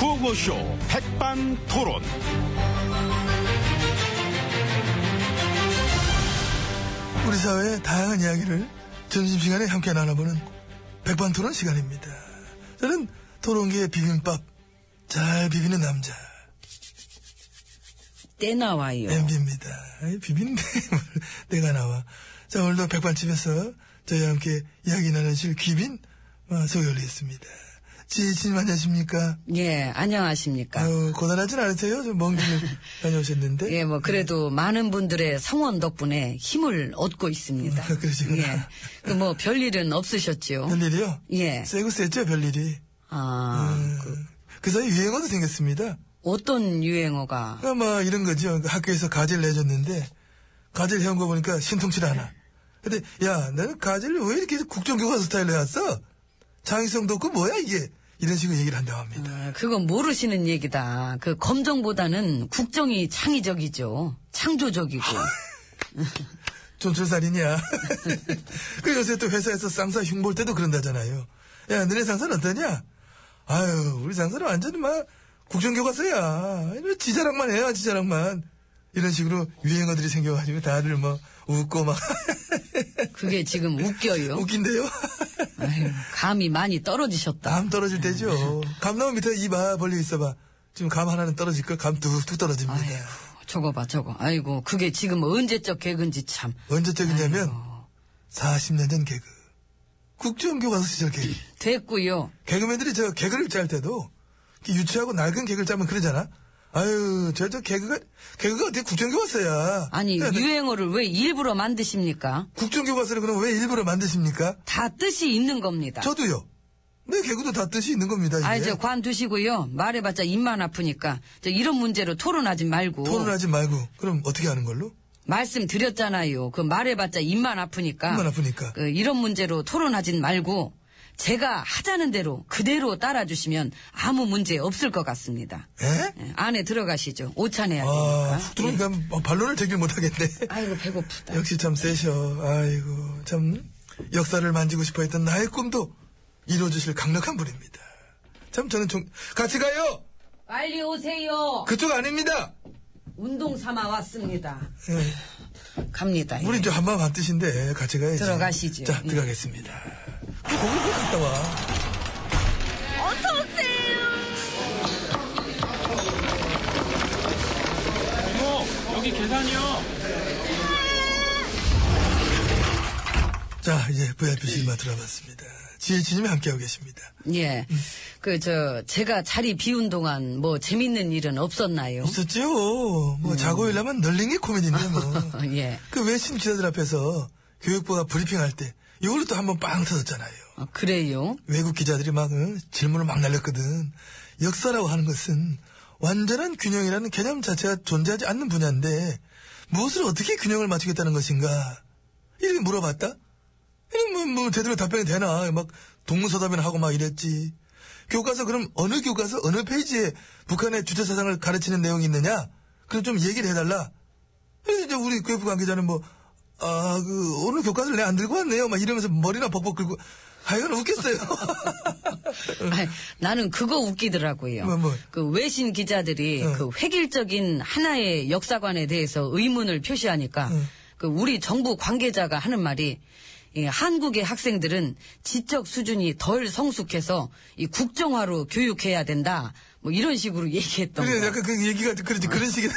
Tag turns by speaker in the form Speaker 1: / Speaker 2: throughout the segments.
Speaker 1: 라디오쇼 백반토론.
Speaker 2: 우리 사회의 다양한 이야기를 점심시간에 함께 나눠보는 백반토론 시간입니다. 저는 토론계의 비빔밥 잘 비비는 남자
Speaker 3: 때 나와요.
Speaker 2: MB입니다. 비비는데 뭘 내가 나와. 자 오늘도 백반집에서 저희와 함께 이야기 나누실 귀빈 어, 소개 올리겠습니다. 지혜진님 안녕하십니까?
Speaker 3: 예, 안녕하십니까.
Speaker 2: 아유, 고단하진 않으세요? 좀먼 길을 다녀오셨는데.
Speaker 3: 예, 뭐, 그래도 많은 분들의 성원 덕분에 힘을 얻고 있습니다.
Speaker 2: 아, 그러시구나. 음.
Speaker 3: 예. 그 뭐, 별일은 없으셨지요.
Speaker 2: 별일이요?
Speaker 3: 예.
Speaker 2: 세고 셌죠, 별일이.
Speaker 3: 아,
Speaker 2: 그, 그 사이 유행어도 생겼습니다.
Speaker 3: 어떤 유행어가.
Speaker 2: 그러니까 막 이런 거죠. 그 학교에서 가지를 내줬는데 가지를 해온 거 보니까 신통치 않아. 근데 야, 너는 가지를 왜 이렇게 국정교과 스타일로 해왔어? 창의성도 없고 뭐야 이게? 이런 식으로 얘기를 한다고 합니다.
Speaker 3: 아, 그건 모르시는 얘기다. 그 검정보다는 국정이 창의적이죠. 창조적이고.
Speaker 2: 촌철살인이야. 그 요새 또 회사에서 쌍사 흉볼 때도 그런다잖아요. 야, 너네 상사는 어떠냐? 아유, 우리 상사는 완전히 막 국정교과서야. 이런 지자랑만 해요, 지자랑만. 이런 식으로 유행어들이 생겨가지고 다들 뭐 웃고 막
Speaker 3: 그게 지금 웃겨요.
Speaker 2: 웃긴데요.
Speaker 3: 아유, 감이 많이 떨어지셨다.
Speaker 2: 감 떨어질 때죠. 감나무 밑에 이봐 벌려 있어봐. 지금 감 하나는 떨어질 걸 감 뚝뚝 떨어집니다.
Speaker 3: 아유, 저거 봐, 저거. 아이고, 그게 지금 언제적 개근지 참. 어,
Speaker 2: 언제적이냐면 40년 전 개그. 국정교과서 시절 개그.
Speaker 3: 됐고요.
Speaker 2: 개그맨들이 저 개그를 짤 때도 이렇게 유치하고 낡은 개그를 짜면 그러잖아. 아유, 저 저 개그가 개그가 어떻게 국정교과서야?
Speaker 3: 아니
Speaker 2: 야, 너
Speaker 3: 유행어를 왜 일부러 만드십니까?
Speaker 2: 국정교과서를 그럼 왜 일부러 만드십니까?
Speaker 3: 다 뜻이 있는 겁니다.
Speaker 2: 저도요. 내 개그도 다 뜻이 있는 겁니다. 이게.
Speaker 3: 아, 이제 관두시고요. 말해봤자 입만 아프니까 저 이런 문제로 토론하지 말고
Speaker 2: 토론하지 말고 그럼 어떻게 하는 걸로?
Speaker 3: 말씀드렸잖아요. 그 말해봤자 입만 아프니까.
Speaker 2: 입만 아프니까.
Speaker 3: 그 이런 문제로 토론하진 말고 제가 하자는 대로 그대로 따라주시면 아무 문제 없을 것 같습니다.
Speaker 2: 에?
Speaker 3: 예, 안에 들어가시죠. 오찬해야
Speaker 2: 아,
Speaker 3: 되니까.
Speaker 2: 훅 들어오니까 뭐 반론을 제길 못하겠네.
Speaker 3: 예. 아이고 배고프다.
Speaker 2: 역시 참 세셔. 아이고, 참 역사를 만지고 싶어했던 나의 꿈도 이루어주실 강력한 분입니다. 참 저는 좀 같이 가요.
Speaker 3: 빨리 오세요.
Speaker 2: 그쪽 아닙니다.
Speaker 3: 운동 삼아 왔습니다.
Speaker 2: 예.
Speaker 3: 갑니다. 예.
Speaker 2: 우리 이제 한마음 한 뜻인데 같이 가야지.
Speaker 3: 들어가시죠.
Speaker 2: 자,
Speaker 3: 예.
Speaker 2: 들어가겠습니다. 그 거기 왜 갔다 와?
Speaker 4: 이모, 여기 계산이요.
Speaker 2: 자, 이제 VIP실만 들어봤습니다. 지혜진님이 함께하고 계십니다.
Speaker 3: 예. 그, 저, 제가 자리 비운 동안 뭐 재밌는 일은 없었나요?
Speaker 2: 없었지요. 뭐 자고 일하면 널링이 코미디인데 뭐.
Speaker 3: 예.
Speaker 2: 그 외신 기자들 앞에서 교육부가 브리핑할 때 이걸로 또 한번 빵 터졌잖아요.
Speaker 3: 아, 그래요?
Speaker 2: 외국 기자들이 막 어, 질문을 막 날렸거든. 역사라고 하는 것은 완전한 균형이라는 개념 자체가 존재하지 않는 분야인데 무엇을 어떻게 균형을 맞추겠다는 것인가? 이렇게 물어봤다. 이런 뭐, 뭐 제대로 답변이 되나? 막 동문서답이나 하고 막 이랬지. 교과서 그럼 어느 교과서 어느 페이지에 북한의 주체 사상을 가르치는 내용이 있느냐? 그럼 좀 얘기를 해달라. 그래서 이제 우리 교육부 관계자는 뭐, 아, 그, 오늘 교과서를 내 안 들고 왔네요. 막 이러면서 머리나 벅벅 긁고, 아, 이건 웃겼어요.
Speaker 3: 아이, 나는 그거 웃기더라고요.
Speaker 2: 뭐, 뭐.
Speaker 3: 그 외신 기자들이
Speaker 2: 어.
Speaker 3: 그 획일적인 하나의 역사관에 대해서 의문을 표시하니까 그 우리 정부 관계자가 하는 말이 이 한국의 학생들은 지적 수준이 덜 성숙해서 이 국정화로 교육해야 된다. 뭐 이런 식으로 얘기했던
Speaker 2: 그래,
Speaker 3: 거.
Speaker 2: 약간 그 얘기가, 그렇지, 그런 식이다.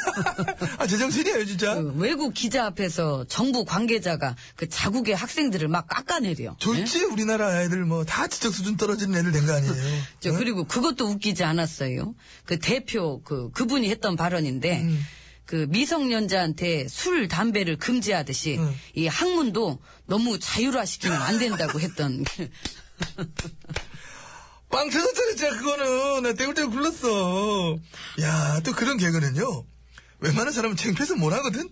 Speaker 2: 아, 제정신이에요, 진짜.
Speaker 3: 그 외국 기자 앞에서 정부 관계자가 그 자국의 학생들을 막 깎아내려.
Speaker 2: 졸지, 우리나라 애들 뭐, 다 지적 수준 떨어지는 애들 된 거 아니에요.
Speaker 3: 저 그리고 그것도 웃기지 않았어요. 그 대표 그 그분이 했던 발언인데
Speaker 2: 음.
Speaker 3: 그 미성년자한테 술 담배를 금지하듯이
Speaker 2: 음.
Speaker 3: 이 학문도 너무 자율화시키면 안 된다고 했던
Speaker 2: 빵 터졌잖아, 진짜, 그거는. 나 떼굴떼굴 굴렀어. 야, 또 그런 개그는요. 웬만한 사람은 창피해서 못 하거든?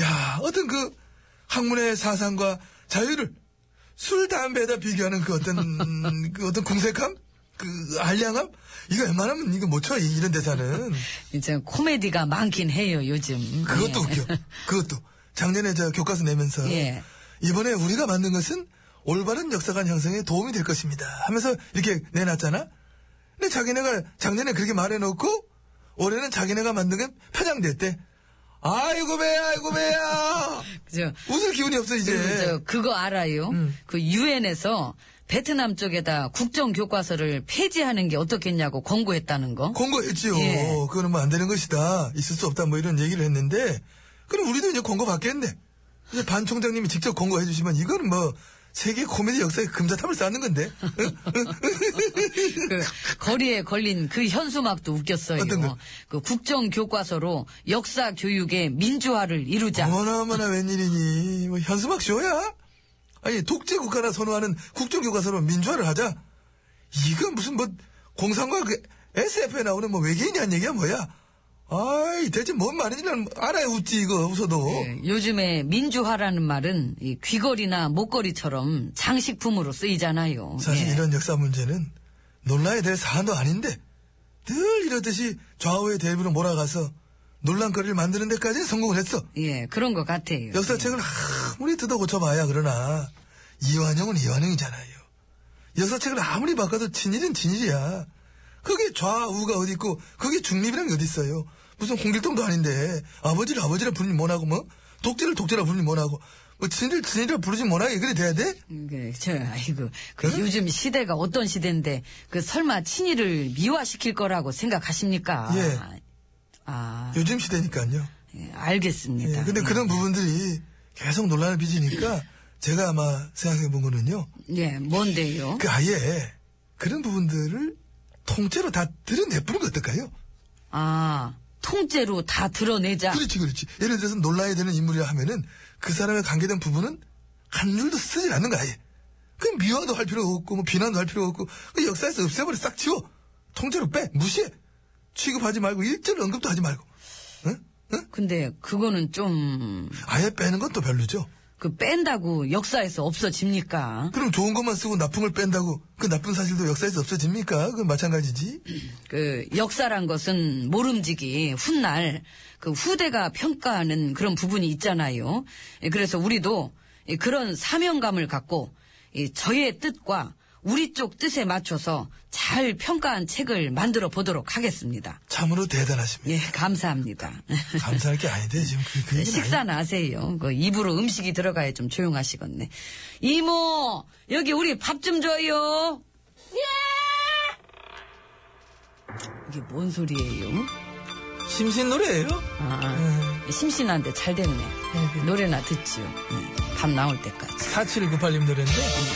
Speaker 2: 야, 어떤 그, 학문의 사상과 자유를 술, 담배에다 비교하는 그 어떤, 그 어떤 궁색함? 그, 알량함? 이거 웬만하면 이거 못 쳐, 이- 이런 대사는.
Speaker 3: 이제 코미디가 많긴 해요 요즘.
Speaker 2: 그것도
Speaker 3: 예.
Speaker 2: 웃겨. 그것도. 작년에 저 교과서 내면서.
Speaker 3: 예.
Speaker 2: 이번에 우리가 만든 것은 올바른 역사관 형성에 도움이 될 것입니다. 하면서 이렇게 내놨잖아? 근데 자기네가 작년에 그렇게 말해놓고 올해는 자기네가 만든 게 편향됐대. 아이고 배야, 아이고 배야.
Speaker 3: 그죠?
Speaker 2: 웃을 기운이 없어 이제.
Speaker 3: 그리고 저 그거 알아요?
Speaker 2: 음.
Speaker 3: 그 유엔에서 베트남 쪽에다 국정 교과서를 폐지하는 게 어떻겠냐고 권고했다는 거.
Speaker 2: 권고했지요.
Speaker 3: 예.
Speaker 2: 그거는 뭐 안 되는 것이다. 있을 수 없다. 뭐 이런 얘기를 했는데, 그럼 우리도 이제 권고 받겠네. 이제 반 총장님이 직접 권고해 주시면 이건 뭐 세계 코미디 역사에 금자탑을 쌓는 건데. 응?
Speaker 3: 그 거리에 걸린 그 현수막도 웃겼어요.
Speaker 2: 어떤 거?
Speaker 3: 그 국정 교과서로 역사 교육의 민주화를 이루자.
Speaker 2: 어머나 어머나 웬일이니. 뭐 현수막 쇼야? 아니 독재 국가나 선호하는 국정교과서로 민주화를 하자. 이건 무슨 뭐 공산과 그 SF에 나오는 뭐 외계인이 한 얘기야 뭐야? 아이 대체 뭔 말인지 난 알아야 웃지 이거 웃어도.
Speaker 3: 예, 요즘에 민주화라는 말은 이 귀걸이나 목걸이처럼 장식품으로 쓰이잖아요.
Speaker 2: 사실
Speaker 3: 예.
Speaker 2: 이런 역사 문제는 논란이 될 사안도 아닌데 늘 이러듯이 좌우의 대립으로 몰아가서 논란거리를 만드는 데까지 성공을 했어.
Speaker 3: 예, 그런 것 같아요.
Speaker 2: 역사책을 아무리 뜯어 고쳐봐야 그러나 이완영은 이완영이잖아요. 역사책을 아무리 바꿔도 진일은 진일이야. 그게 좌우가 어디 있고 그게 중립이란 게 어디 있어요. 무슨 홍길동도 아닌데 아버지를 아버지라 부르지 못하고 뭐 독재를 독재라 부르지 못하고 뭐 진일 진일이라 부르지 못하게 그래 돼야 돼?
Speaker 3: 그, 저, 아이고. 그 요즘 시대가 어떤 시대인데, 그 설마 친일을 미화시킬 거라고 생각하십니까?
Speaker 2: 예.
Speaker 3: 아,
Speaker 2: 요즘 시대니까요.
Speaker 3: 예,
Speaker 2: 예,
Speaker 3: 알겠습니다.
Speaker 2: 근데
Speaker 3: 예.
Speaker 2: 그런 부분들이 계속 논란을 빚으니까 제가 아마 생각해 본 거는요.
Speaker 3: 예, 뭔데요?
Speaker 2: 그 아예 그런 부분들을 통째로 다 드러내보는 게 어떨까요?
Speaker 3: 아, 통째로 다 드러내자.
Speaker 2: 그렇지, 그렇지. 예를 들어서 논란이 되는 인물이라 하면은 그 사람에 관계된 부분은 한 줄도 쓰질 않는 거 아예. 그 미화도 할 필요가 없고, 뭐 비난도 할 필요가 없고, 그 역사에서 없애버려 싹 지워. 통째로 빼, 무시해. 취급하지 말고, 일절 언급도 하지 말고. 응? 응?
Speaker 3: 근데 그거는 좀,
Speaker 2: 아예 빼는 건 또 별로죠.
Speaker 3: 그 뺀다고 역사에서 없어집니까?
Speaker 2: 그럼 좋은 것만 쓰고 나쁜 걸 뺀다고 그 나쁜 사실도 역사에서 없어집니까? 그건 마찬가지지.
Speaker 3: 그 역사란 것은 모름지기 훗날 그 후대가 평가하는 그런 부분이 있잖아요. 예, 그래서 우리도 이 그런 사명감을 갖고 이 저의 뜻과 우리 쪽 뜻에 맞춰서 잘 평가한 책을 만들어 보도록 하겠습니다.
Speaker 2: 참으로 대단하십니다.
Speaker 3: 예, 감사합니다.
Speaker 2: 감사할 게 아닌데 지금 그, 그 얘기는 아니-
Speaker 3: 예. 식사나 하세요. 그 입으로 음식이 들어가야 좀 조용하시겠네. 이모, 여기 우리 밥 좀 줘요. 예! 이게 뭔 소리예요?
Speaker 2: 심신 노래예요? 예.
Speaker 3: 아, 심심한데 잘 됐네. 노래나 듣지요. 예, 밤 나올 때까지.
Speaker 2: 4798님 노래인데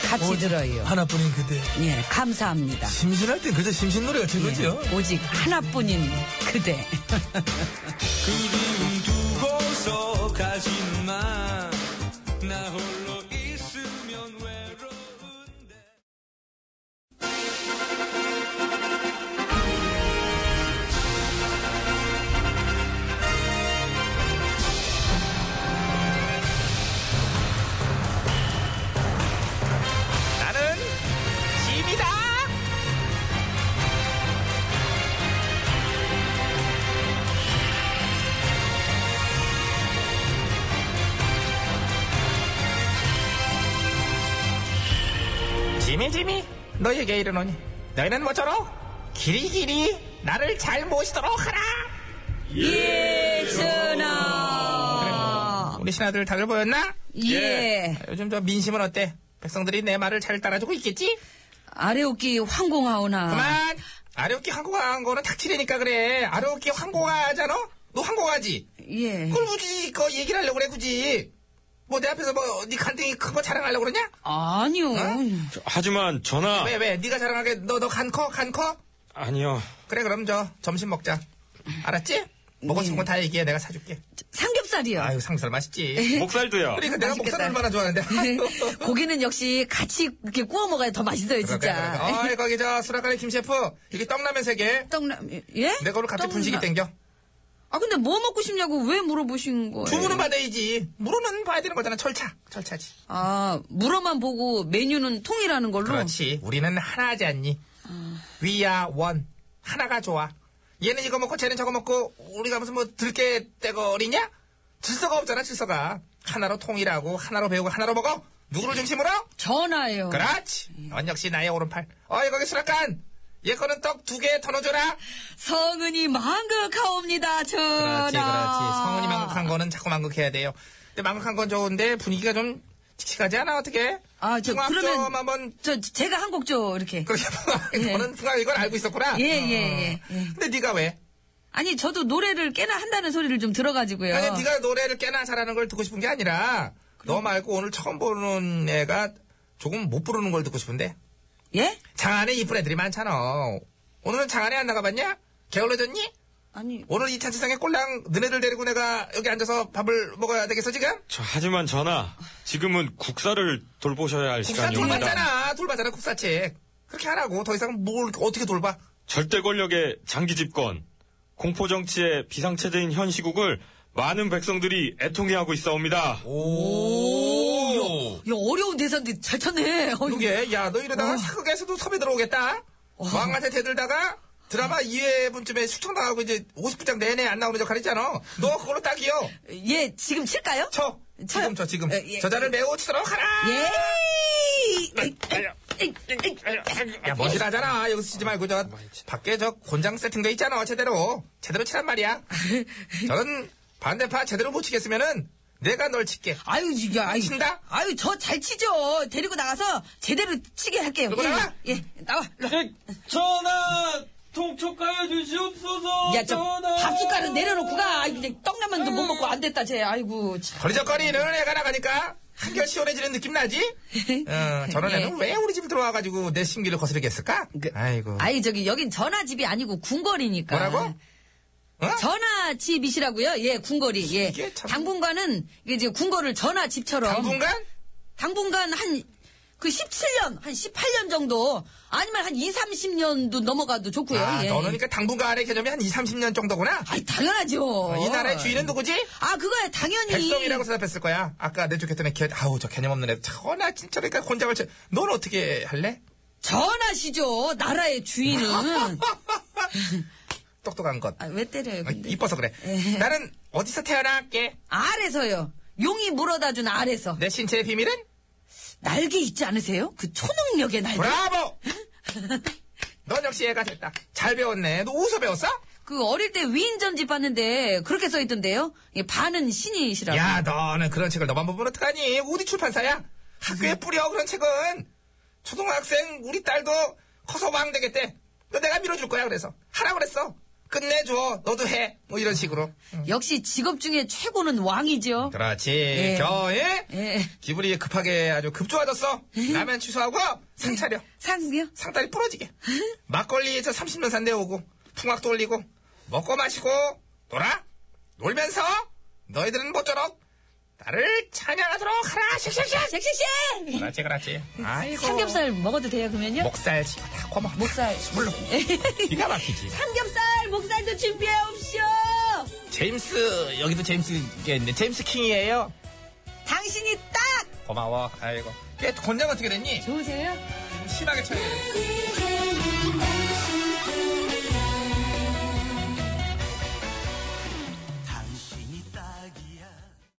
Speaker 3: 같이
Speaker 2: 오직
Speaker 3: 들어요.
Speaker 2: 하나뿐인 그대
Speaker 3: 예, 감사합니다.
Speaker 2: 심신할 땐 그저 심신 노래가 최고죠.
Speaker 3: 예, 오직 하나뿐인 그대.
Speaker 5: 그리움 두고서 가지마 나 홀로 있으면 외로운데
Speaker 1: 나는 짐이다. 짐이 짐이 너에게 이르노니 너희는 모쪼록 길이 길이 나를 잘 모시도록 하라.
Speaker 3: 예, 전하.
Speaker 1: 우리 신하들 다들 보였나?
Speaker 3: 예.
Speaker 1: 요즘 저 민심은 어때? 백성들이 내 말을 잘 따라주고 있겠지?
Speaker 3: 아래옥기 황공하오나.
Speaker 1: 그만! 아래웃기 황고한 거는 탁칠이니까 그래. 아래웃기 황고하잖아? 너 황고하지?
Speaker 3: 예.
Speaker 1: 그걸 굳이 그 얘기를 하려고 그래, 굳이. 뭐 내 앞에서 뭐 네 간등이 큰 거 자랑하려고 그러냐?
Speaker 3: 아니요.
Speaker 1: 네?
Speaker 5: 하지만 전하
Speaker 1: 왜, 왜? 네가 자랑하게 너, 너 간 커? 간 커?
Speaker 5: 아니요
Speaker 1: 그래, 그럼 저 점심 먹자. 알았지?
Speaker 3: 네.
Speaker 1: 먹고 싶은 거 다 얘기해. 내가 사줄게.
Speaker 3: 삼겹살이요.
Speaker 1: 아유, 삼겹살 맛있지?
Speaker 5: 목살도요
Speaker 1: 그러니까 내가 목살
Speaker 3: 맛있겠다.
Speaker 1: 얼마나 좋아하는데.
Speaker 3: 고기는 역시 같이 이렇게 구워 먹어야 더 맛있어요, 진짜.
Speaker 1: 그러니까,
Speaker 3: 예.
Speaker 1: 어이, 거기 저 수락가리 김 셰프. 여기 떡라면 세개
Speaker 3: 떡남 예?
Speaker 1: 내가 오늘 갑자기
Speaker 3: 떡남-
Speaker 1: 분식이 땡겨.
Speaker 3: 아 근데 뭐 먹고 싶냐고 왜 물어보신 거예요?
Speaker 1: 주문은 받아야지. 물어는 봐야 되는 거잖아. 철차. 철차지.
Speaker 3: 아 물어만 보고 메뉴는 통일하는 걸로.
Speaker 1: 그렇지. 우리는 하나지 않니? 위야 원. 하나가 좋아. 얘는 이거 먹고 쟤는 저거 먹고 우리가 무슨 뭐 들깨 떼거리냐? 질서가 없잖아 질서가. 하나로 통일하고 하나로 배우고 하나로 먹어. 누구를 중심으로?
Speaker 3: 전화요.
Speaker 1: 그렇지. 넌 역시 나의 오른팔. 어이 거기 수락관. 얘 거는 떡 두 개 더 넣어줘라.
Speaker 3: 성은이 망극하옵니다, 전하.
Speaker 1: 그렇지, 그렇지. 성은이 망극한 거는 자꾸 망극해야 돼요. 근데 망극한 건 좋은데 분위기가 좀 칙칙하지 않아, 어떻게?
Speaker 3: 아, 저, 그러면. 네.
Speaker 1: 한번
Speaker 3: 저, 제가 한 곡 줘, 이렇게.
Speaker 1: 그렇게
Speaker 3: 예.
Speaker 1: 너는 풍악 이걸 알고 있었구나.
Speaker 3: 예, 예, 예, 예.
Speaker 1: 근데 네가 왜?
Speaker 3: 아니, 저도 노래를 꽤나 한다는 소리를 좀 들어가지고요.
Speaker 1: 아니 네가 노래를 꽤나 잘하는 걸 듣고 싶은 게 아니라 너 말고 오늘 처음 보는 애가 조금 못 부르는 걸 듣고 싶은데
Speaker 3: 예?
Speaker 1: 장안에 이쁜 애들이 많잖아. 오늘은 장안에 안 나가봤냐? 게을러졌니?
Speaker 3: 아니,
Speaker 1: 오늘 이 잔치상에 꼴랑 너네들 데리고 내가 여기 앉아서 밥을 먹어야 되겠어 지금?
Speaker 5: 저, 하지만 전하, 지금은 국사를 돌보셔야 할
Speaker 1: 국사
Speaker 5: 시간이옵니다.
Speaker 1: 돌봤잖아. 돌봤잖아 국사책. 그렇게 하라고. 더 이상 뭘 어떻게 돌봐?
Speaker 5: 절대 권력의 장기 집권, 공포 정치의 비상체제인 현 시국을 많은 백성들이 애통해하고 있어옵니다.
Speaker 1: 오.
Speaker 3: 야, 어려운 대사인데 잘 쳤네. 어이.
Speaker 1: 이게 야 너 이러다가 사극에서도 섭외 들어오겠다. 왕한테 대들다가 드라마 2회분쯤에 숙청당하고 이제 50분장 내내 안 나오는 역할 있잖아. 너 그걸로 딱이요.
Speaker 3: 예, 지금 칠까요?
Speaker 1: 쳐.
Speaker 3: 쳐요.
Speaker 1: 지금 쳐 지금.
Speaker 3: 에, 예.
Speaker 1: 저자를 매우 치도록 하라.
Speaker 3: 예!
Speaker 1: 네. 야 뭔일 하잖아. 여기서 치지 말고 저 밖에 저 곤장 세팅돼 있잖아. 제대로. 제대로 치란 말이야. 저는 반대파 제대로 못 치겠으면은 내가 널 칠게.
Speaker 3: 아유, 이게, 아유.
Speaker 1: 친다?
Speaker 3: 아유, 저 잘 치죠. 데리고 나가서 제대로 치게 할게요.
Speaker 1: 누구
Speaker 3: 예,
Speaker 1: 나와?
Speaker 3: 예, 예, 나와. 일로 와.
Speaker 5: 전하! 통촉하여 주시옵소서!
Speaker 3: 야, 저 밥숟가락 내려놓고 가. 아이고, 이제 떡라면도 못 먹고 안 됐다, 쟤. 아이고, 참.
Speaker 1: 거리적거리는 애가 나가니까 한결 시원해지는 느낌 나지? 어, 저런
Speaker 3: 예. 그,
Speaker 1: 애는 왜 우리 집에 들어와가지고 내 심기를 거스르게 했을까? 아이고.
Speaker 3: 아이, 저기, 여긴 전화집이 아니고 궁궐이니까.
Speaker 1: 뭐라고? 어?
Speaker 3: 전화집이시라고요? 예, 궁궐이. 예.
Speaker 1: 이게 참-
Speaker 3: 당분간은 이제 궁궐을 전화집처럼
Speaker 1: 당분간?
Speaker 3: 당분간 한 그 17년, 한 18년 정도 아니면 한 2, 30년도 넘어가도 좋고요.
Speaker 1: 아,
Speaker 3: 예.
Speaker 1: 너는 그러니까 당분간의 개념이 한 2, 30년 정도구나?
Speaker 3: 아이, 당연하죠.
Speaker 1: 이 나라의 주인은 누구지?
Speaker 3: 아, 그거야 당연히
Speaker 1: 백성이라고 대답했을 거야. 아까 내 쪽했던 애, 걔, 아우, 저 개념 없는 애. 전화 진짜 그러니까 혼자 걸쳐. 넌 어떻게 할래?
Speaker 3: 전하시죠. 나라의 주인은.
Speaker 1: 똑똑한 것.
Speaker 3: 아, 왜 때려요,
Speaker 1: 아,
Speaker 3: 근데?
Speaker 1: 이뻐서 그래.
Speaker 3: 예.
Speaker 1: 나는 어디서 태어났게?
Speaker 3: 알에서요. 용이 물어다 준 알에서.
Speaker 1: 내 신체의 비밀은?
Speaker 3: 날개 있지 않으세요? 그 초능력의 날개.
Speaker 1: 브라보! 넌 역시 애가 됐다. 잘 배웠네. 너 어디서 배웠어?
Speaker 3: 그 어릴 때 위인전집 봤는데 그렇게 써 있던데요. 예, 반은 신이시라고.
Speaker 1: 야, 너는 그런 책을 너만 보면 어떡하니? 어디 출판사야? 학교에 뿌려, 그런 책은. 초등학생, 우리 딸도 커서 왕 되겠대. 너 내가 밀어줄 거야, 그래서. 하라고 그랬어. 끝내줘. 너도 해. 뭐 이런 식으로.
Speaker 3: 역시 직업 중에 최고는 왕이죠.
Speaker 1: 그렇지. 겨에
Speaker 3: 예.
Speaker 1: 기분이 급하게 아주 급조해졌어. 라면 취소하고 상 차려.
Speaker 3: 상요?
Speaker 1: 상다리 부러지게. 막걸리에서 30년 산내 오고 풍악도 올리고 먹고 마시고 놀아 놀면서 너희들은 모쪼록 나를 찬양하도록 하라. 샥샥샥.
Speaker 3: 섹시씨!
Speaker 1: 그렇지 그렇지. 아이고.
Speaker 3: 삼겹살 먹어도 돼요, 그러면요?
Speaker 1: 목살 지고 다 꼬마.
Speaker 3: 목살.
Speaker 1: 물론. 기가 막히지.
Speaker 3: 삼겹살, 목살도 준비해 옵쇼!
Speaker 1: 제임스 여기도 제임스가 있네. 제임스 킹이에요.
Speaker 3: 당신이 딱!
Speaker 1: 고마워. 아이고. 걔 권장 어떻게 됐니?
Speaker 3: 좋으세요?
Speaker 1: 심하게 쳐야 돼.
Speaker 6: 그대는 당신 뿐이